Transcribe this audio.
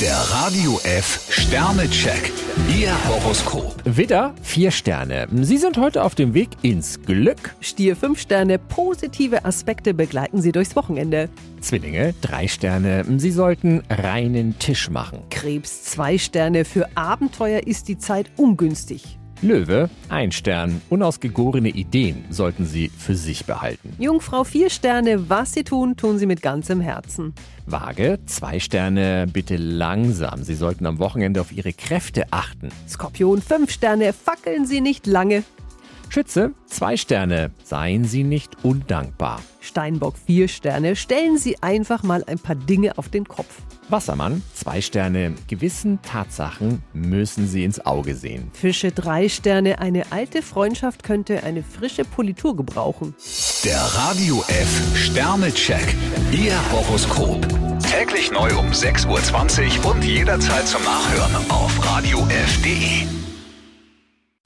Der Radio F Sternecheck. Ihr Horoskop. Widder, vier Sterne. Sie sind heute auf dem Weg ins Glück. Stier 5 Sterne, positive Aspekte begleiten Sie durchs Wochenende. Zwillinge, drei Sterne. Sie sollten reinen Tisch machen. Krebs 2 Sterne, für Abenteuer ist die Zeit ungünstig. Löwe, ein Stern. Unausgegorene Ideen sollten Sie für sich behalten. Jungfrau 4 Sterne, was Sie tun, tun Sie mit ganzem Herzen. Waage, zwei Sterne. Bitte langsam. Sie sollten am Wochenende auf Ihre Kräfte achten. Skorpion 5 Sterne, fackeln Sie nicht lange. Schütze, zwei Sterne. Seien Sie nicht undankbar. Steinbock 4 Sterne, stellen Sie einfach mal ein paar Dinge auf den Kopf. Wassermann, zwei Sterne. Gewissen Tatsachen müssen Sie ins Auge sehen. Fische 3 Sterne, eine alte Freundschaft könnte eine frische Politur gebrauchen. Der Radio F Sternecheck. Ihr Horoskop. Täglich neu um 6.20 Uhr und jederzeit zum Nachhören auf Radio E. radiof.de.